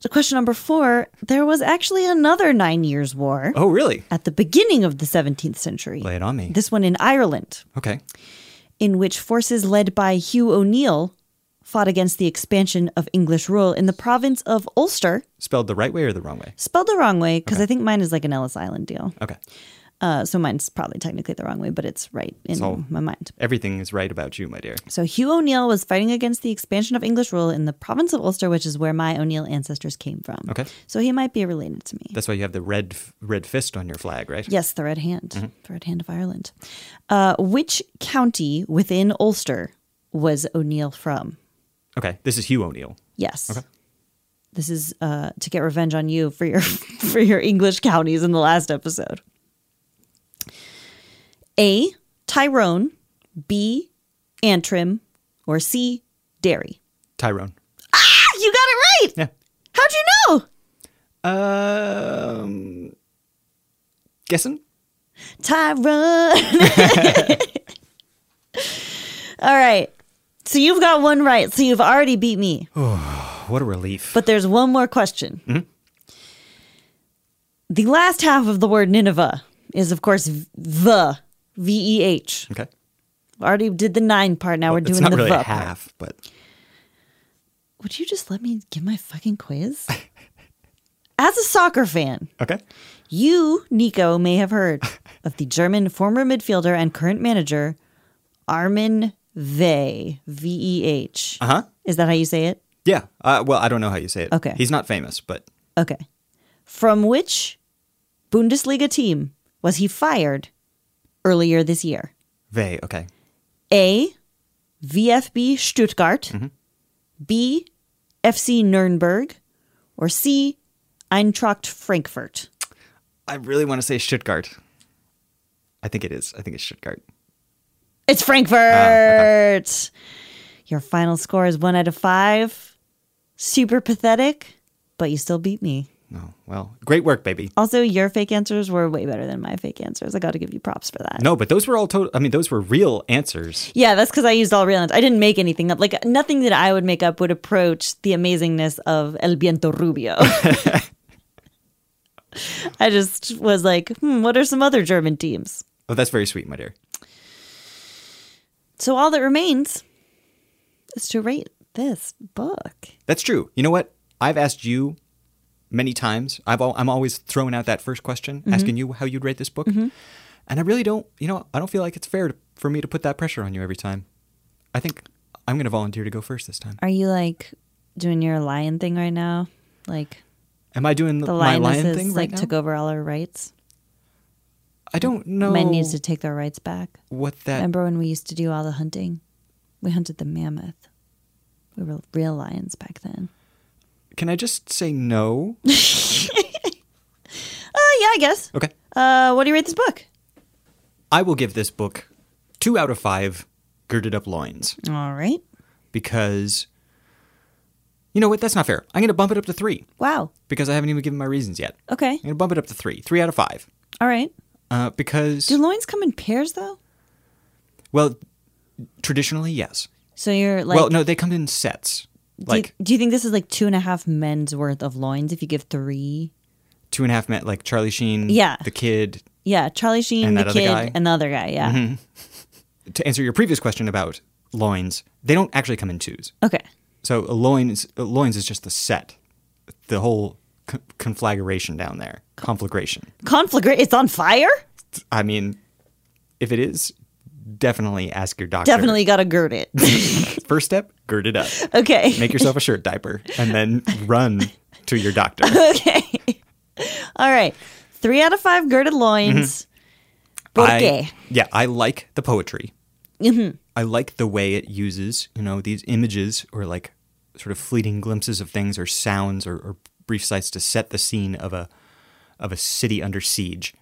Speaker 2: So question number four there was actually another Nine Years' War
Speaker 1: Oh, really?
Speaker 2: at the beginning of the 17th century.
Speaker 1: Lay it on me.
Speaker 2: This one in Ireland,
Speaker 1: Okay.
Speaker 2: in which forces led by Hugh O'Neill fought against the expansion of English rule in the province of Ulster,
Speaker 1: Spelled the right way or the wrong way?
Speaker 2: spelled the wrong way because I think mine is like an Ellis Island deal.
Speaker 1: Okay.
Speaker 2: Uh, so mine's probably technically the wrong way, but it's right in
Speaker 1: So-
Speaker 2: my mind.
Speaker 1: Everything is right about you, my dear.
Speaker 2: So Hugh O'Neill was fighting against the expansion of English rule in the province of Ulster, which is where my O'Neill ancestors came from.
Speaker 1: Okay.
Speaker 2: So he might be related to me.
Speaker 1: That's why you have the red f- red fist on your flag, right?
Speaker 2: Yes, the Red Hand,
Speaker 1: Mm-hmm.
Speaker 2: the Red Hand of Ireland. Uh, which county within Ulster was O'Neill from?
Speaker 1: Okay. This is Hugh O'Neill.
Speaker 2: Yes. This is uh, to get revenge on you for your for your English counties in the last episode. A. Tyrone. B, Antrim, or C, Derry?
Speaker 1: Tyrone.
Speaker 2: Ah, you got it right.
Speaker 1: Yeah.
Speaker 2: How'd you know?
Speaker 1: Um, guessing?
Speaker 2: Tyrone. All right. So you've got one right. So you've already beat me.
Speaker 1: What a relief.
Speaker 2: But there's one more question.
Speaker 1: Mm-hmm.
Speaker 2: The last half of the word Nineveh is, of course, v- the, V E H.
Speaker 1: okay.
Speaker 2: Already did the nine part. Now we're
Speaker 1: it's
Speaker 2: doing
Speaker 1: not
Speaker 2: the
Speaker 1: really
Speaker 2: the part.
Speaker 1: half, but
Speaker 2: Would you just let me give my fucking quiz? As a soccer fan,
Speaker 1: okay.
Speaker 2: You, Nico, may have heard of the German former midfielder and current manager Armin Veh, V E H.
Speaker 1: Uh huh.
Speaker 2: Is that how you say it?
Speaker 1: Yeah. Uh, well, I don't know how you say it.
Speaker 2: Okay.
Speaker 1: He's not famous, but
Speaker 2: Okay. From which Bundesliga team was he fired earlier this year?
Speaker 1: they. Okay.
Speaker 2: A. VFB Stuttgart, B. FC Nuremberg, or C. Eintracht Frankfurt?
Speaker 1: I really want to say Stuttgart. I think it is. I think it's Stuttgart.
Speaker 2: It's Frankfurt. Your final score is one out of five. Super pathetic, but you still beat me.
Speaker 1: Oh, well, great work, baby.
Speaker 2: Also, your fake answers were way better than my fake answers. I got to give you props for that.
Speaker 1: No, but those were all total. I mean, those were real answers.
Speaker 2: Yeah, that's because I used all real. I didn't make anything up. Like nothing that I would make up would approach the amazingness of El Viento Rubio. I just was like, hmm, what are some other German teams?
Speaker 1: Oh, that's very sweet, my dear.
Speaker 2: So all that remains is to rate this book.
Speaker 1: That's true. You know what? I've asked you many times. I've al- I'm always throwing out that first question, asking you how you'd rate this book, and I really don't. You know, I don't feel like it's fair to, for me to put that pressure on you every time. I think I'm going to volunteer to go first this time.
Speaker 2: Are you like doing your lion thing right now? Like
Speaker 1: Am I doing the,
Speaker 2: the
Speaker 1: my lion
Speaker 2: lionesses
Speaker 1: thing right
Speaker 2: like
Speaker 1: now?
Speaker 2: took over all our rights.
Speaker 1: I don't know
Speaker 2: Men needs to take their rights back.
Speaker 1: what that.
Speaker 2: Remember when we used to do all the hunting? We hunted the mammoth. We were real lions back then.
Speaker 1: Can I just say no?
Speaker 2: Oh Uh, yeah, I guess.
Speaker 1: Okay.
Speaker 2: Uh, what do you rate this book?
Speaker 1: I will give this book two out of five girded up loins
Speaker 2: All right.
Speaker 1: because you know what? That's not fair. I'm going to bump it up to three
Speaker 2: Wow.
Speaker 1: because I haven't even given my reasons yet.
Speaker 2: Okay.
Speaker 1: I'm going to bump it up to three, three out of five
Speaker 2: All right.
Speaker 1: uh, because,
Speaker 2: Do loins come in pairs though?
Speaker 1: well, traditionally, yes.
Speaker 2: So you're like,
Speaker 1: well, no, they come in sets
Speaker 2: do, you-
Speaker 1: like
Speaker 2: do you think this is like two and a half men's worth of loins if you give three?
Speaker 1: two and a half men, like Charlie Sheen,
Speaker 2: Yeah.
Speaker 1: the kid.
Speaker 2: Yeah, Charlie Sheen,
Speaker 1: And
Speaker 2: the
Speaker 1: that other
Speaker 2: kid,
Speaker 1: guy?
Speaker 2: and the other guy. Mm-hmm. Yeah.
Speaker 1: To answer your previous question about loins, they don't actually come in twos.
Speaker 2: Okay.
Speaker 1: So a loins, a loins is just the set, the whole con- conflagration down there, conflagration.
Speaker 2: Conflagrate. It's on fire.
Speaker 1: I mean, if it is, definitely ask your doctor.
Speaker 2: Definitely got to gird it.
Speaker 1: First step, gird it up.
Speaker 2: Okay.
Speaker 1: Make yourself a shirt diaper and then run to your doctor.
Speaker 2: okay. All right. Three out of five girded loins. Por
Speaker 1: Mm-hmm. I,
Speaker 2: qué? Mm-hmm.
Speaker 1: yeah, I like the poetry. I like the way it uses, you know, these images or like sort of fleeting glimpses of things or sounds or, or brief sights to set the scene of a of a city under siege,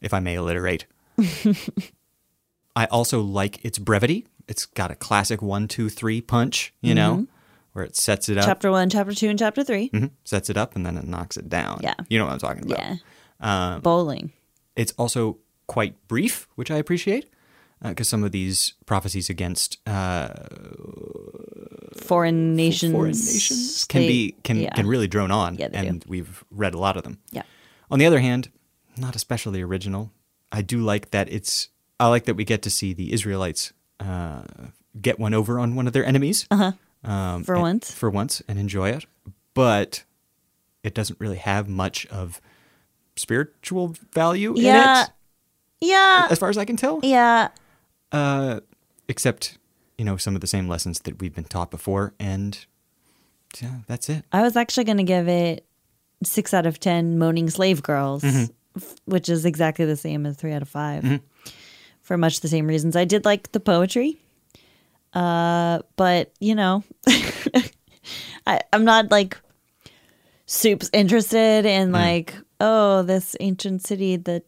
Speaker 1: if I may alliterate. I also like its brevity. It's got a classic one, two, three punch, you know,
Speaker 2: Mm-hmm.
Speaker 1: where it sets it up,
Speaker 2: Chapter one, chapter two, and chapter 3
Speaker 1: mhm, sets it up, and then it knocks it down.
Speaker 2: Yeah.
Speaker 1: You know what I'm talking about.
Speaker 2: Yeah.
Speaker 1: Um,
Speaker 2: Bowling.
Speaker 1: It's also quite brief, which I appreciate, because some of these prophecies against uh,
Speaker 2: Foreign nations.
Speaker 1: foreign nations can
Speaker 2: they-
Speaker 1: be can
Speaker 2: yeah.
Speaker 1: can really drone on,
Speaker 2: Yeah, they
Speaker 1: and we've read a lot of them.
Speaker 2: Yeah.
Speaker 1: On the other hand, not especially original. I do like that it's. I like that we get to see the Israelites uh, get one over on one of their enemies
Speaker 2: Uh-huh. for once.
Speaker 1: for once and enjoy it, but it doesn't really have much of spiritual value
Speaker 2: Yeah.
Speaker 1: in it,
Speaker 2: Yeah.
Speaker 1: as far as I can tell.
Speaker 2: Yeah.
Speaker 1: Except, you know, some of the same lessons that we've been taught before, and yeah, that's it.
Speaker 2: I was actually going to give it six out of 10 moaning slave girls, f- which is exactly the same as three out of 5 for much the same reasons. I did like the poetry, uh, but you know, I, I'm not like soups interested in like, oh, this ancient city that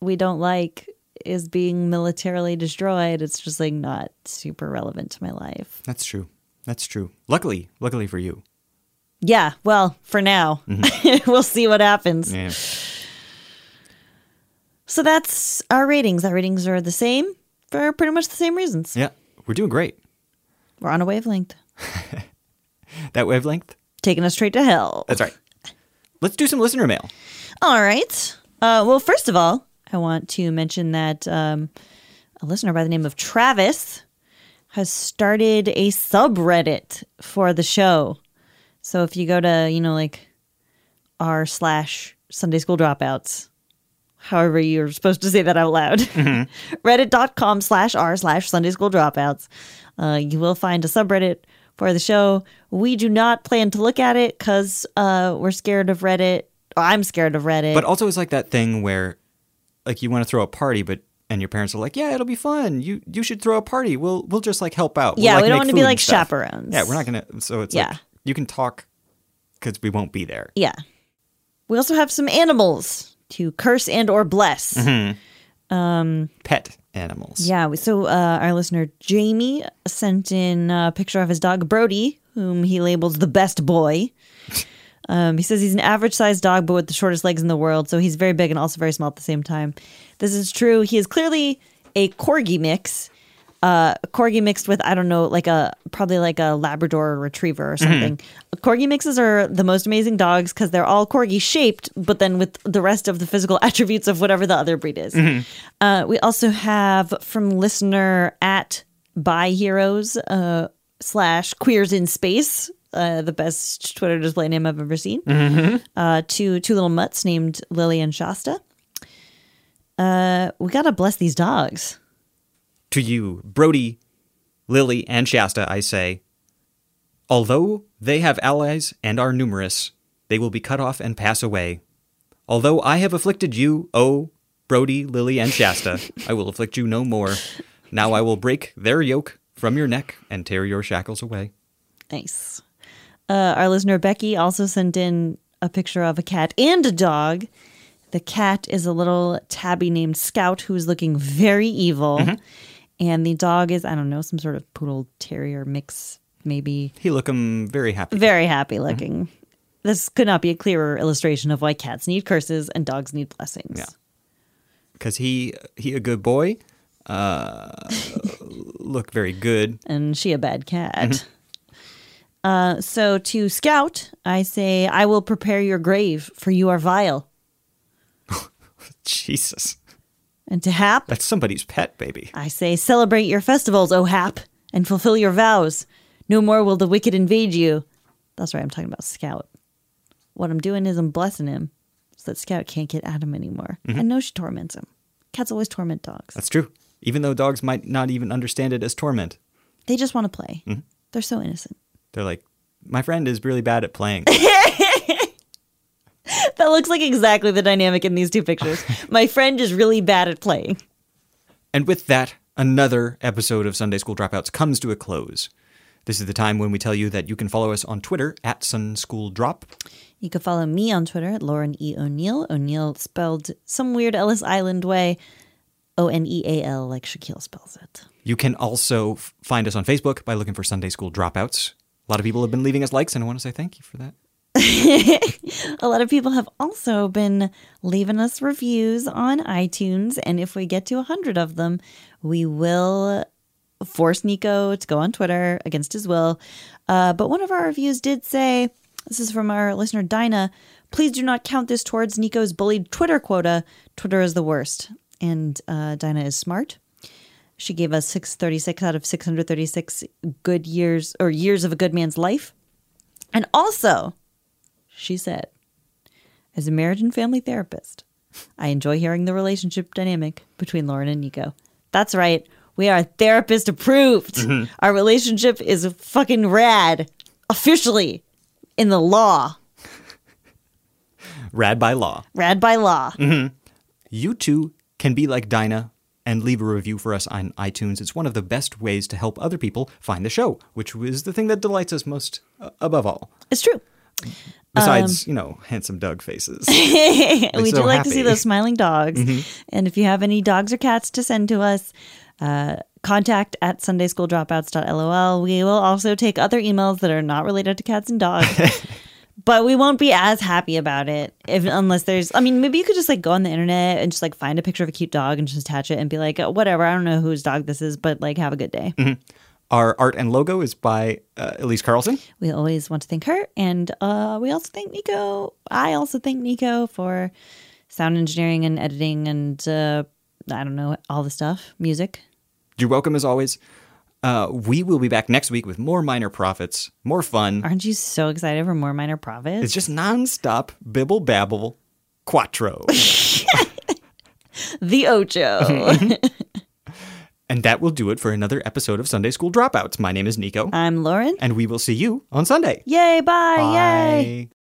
Speaker 2: we don't like is being militarily destroyed, it's just like not super relevant to my life.
Speaker 1: That's true. That's true. Luckily, luckily for you.
Speaker 2: Yeah, well, for now, we'll see what happens.
Speaker 1: Mm-hmm. Yeah.
Speaker 2: So that's our ratings. Our ratings are the same for pretty much the same reasons.
Speaker 1: Yeah. We're doing great.
Speaker 2: We're on a wavelength,
Speaker 1: That wavelength.
Speaker 2: taking us straight to hell.
Speaker 1: That's right. Let's do some listener mail.
Speaker 2: All right. Uh, well, first of all, I want to mention that um, a listener by the name of Travis has started a subreddit for the show. So if you go to, you know, like r slash Sunday School Dropouts, however you're supposed to say that out loud,
Speaker 1: Mm-hmm.
Speaker 2: reddit.com slash r slash Sunday School Dropouts, uh, you will find a subreddit for the show. We do not plan to look at it because uh, we're scared of Reddit. Or I'm scared of Reddit.
Speaker 1: But also, it's like that thing where, like, you want to throw a party, but and your parents are like, "Yeah, it'll be fun. You you should throw a party. We'll we'll just like help out. We'll,
Speaker 2: yeah,
Speaker 1: like,
Speaker 2: we don't
Speaker 1: make
Speaker 2: want to
Speaker 1: food
Speaker 2: be
Speaker 1: and
Speaker 2: like
Speaker 1: stuff."
Speaker 2: chaperones.
Speaker 1: Yeah, we're not gonna. So it's
Speaker 2: Yeah.
Speaker 1: like you can talk because we won't be there.
Speaker 2: Yeah. We also have some animals to curse and or bless.
Speaker 1: Pet animals.
Speaker 2: Yeah. we- So uh, our listener Jamie sent in a picture of his dog Brody, whom he labels the best boy. Um, he says he's an average sized dog, but with the shortest legs in the world. So he's very big and also very small at the same time. This is true. He is clearly a corgi mix. Uh, a corgi mixed with I don't know, like a probably like a Labrador Retriever or something. Corgi mixes are the most amazing dogs because they're all corgi shaped, but then with the rest of the physical attributes of whatever the other breed is. Uh, we also have from listener at by heroes uh, slash queers in space. Uh, the best Twitter display name I've ever seen. Uh, two two little mutts named Lily and Shasta. Uh, we gotta bless these dogs.
Speaker 1: To you, Brody, Lily, and Shasta, I say, although they have allies and are numerous, they will be cut off and pass away. Although I have afflicted you, O Brody, Lily, and Shasta, I will afflict you no more. Now I will break their yoke from your neck and tear your shackles away.
Speaker 2: Nice. Uh, our listener Becky also sent in a picture of a cat and a dog. The cat is a little tabby named Scout who is looking very evil. And the dog is, I don't know, some sort of poodle terrier mix, maybe.
Speaker 1: He look 'em very happy.
Speaker 2: Very happy looking. This could not be a clearer illustration of why cats need curses and dogs need blessings.
Speaker 1: Yeah. Because he, he a good boy, uh, look very good.
Speaker 2: and she a bad cat. Uh, so to Scout, I say, I will prepare your grave, for you are vile.
Speaker 1: Jesus.
Speaker 2: And to Hap,
Speaker 1: That's somebody's pet, baby.
Speaker 2: I say, celebrate your festivals, O Hap, and fulfill your vows. No more will the wicked invade you. That's right, I'm talking about Scout. What I'm doing is I'm blessing him so that Scout can't get at him anymore. I know she torments him. Cats always torment dogs.
Speaker 1: That's true. Even though dogs might not even understand it as torment,
Speaker 2: They just want to play. They're so innocent.
Speaker 1: they're like, my friend is really bad at playing.
Speaker 2: That looks like exactly the dynamic in these two pictures. My friend is really bad at playing.
Speaker 1: and with that, another episode of Sunday School Dropouts comes to a close. This is the time when we tell you that you can follow us on Twitter at Sun School Drop.
Speaker 2: You can follow me on Twitter at Lauren E. O'Neill. O'Neill spelled some weird Ellis Island way. O N E A L, like Shaquille spells it.
Speaker 1: You can also f- find us on Facebook by looking for Sunday School Dropouts. A lot of people have been leaving us likes, and I want to say thank you for that.
Speaker 2: A lot of people have also been leaving us reviews on iTunes, and if we get to 100 of them, we will force Nico to go on Twitter against his will. Uh, but one of our reviews did say this is from our listener Dinah please do not count this towards Nico's bullied Twitter quota. Twitter is the worst. And uh, Dinah is smart. She gave us 636 out of 636 good years or years of a good man's life. And also, she said, as a marriage and family therapist, I enjoy hearing the relationship dynamic between Lauren and Nico. That's right. We are therapist approved. Our relationship is fucking rad, officially in the law,
Speaker 1: Rad by law.
Speaker 2: rad by law.
Speaker 1: You too can be like Dinah and leave a review for us on iTunes. It's one of the best ways to help other people find the show, which is the thing that delights us most uh, above all.
Speaker 2: It's true.
Speaker 1: Besides, you know, handsome dog faces.
Speaker 2: we do
Speaker 1: so
Speaker 2: like to see
Speaker 1: happy. Mm-hmm.
Speaker 2: those smiling dogs. And if you have any dogs or cats to send to us, uh, contact at sundayschooldropouts.lol. We will also take other emails that are not related to cats and dogs. But we won't be as happy about it if unless there's. I mean, maybe you could just like go on the internet and just like find a picture of a cute dog and just attach it and be like, "Oh, whatever. I don't know whose dog this is, but like, have a good day.
Speaker 1: Our art and logo is by uh, Elise Carlson.
Speaker 2: We always want to thank her. And uh, we also thank Nico. I also thank Nico for sound engineering and editing and uh, I don't know, all the stuff, music.
Speaker 1: You're welcome as always. Uh, we will be back next week with more minor profits, more fun.
Speaker 2: Aren't you so excited for more minor profits?
Speaker 1: It's just nonstop bibble babble quattro.
Speaker 2: the Ocho.
Speaker 1: and that will do it for another episode of Sunday
Speaker 2: Uh,
Speaker 1: School Dropouts. My name is Nico,
Speaker 2: I'm Lauren.
Speaker 1: and we will see you on Sunday.
Speaker 2: Yay, bye, yay.
Speaker 1: Bye.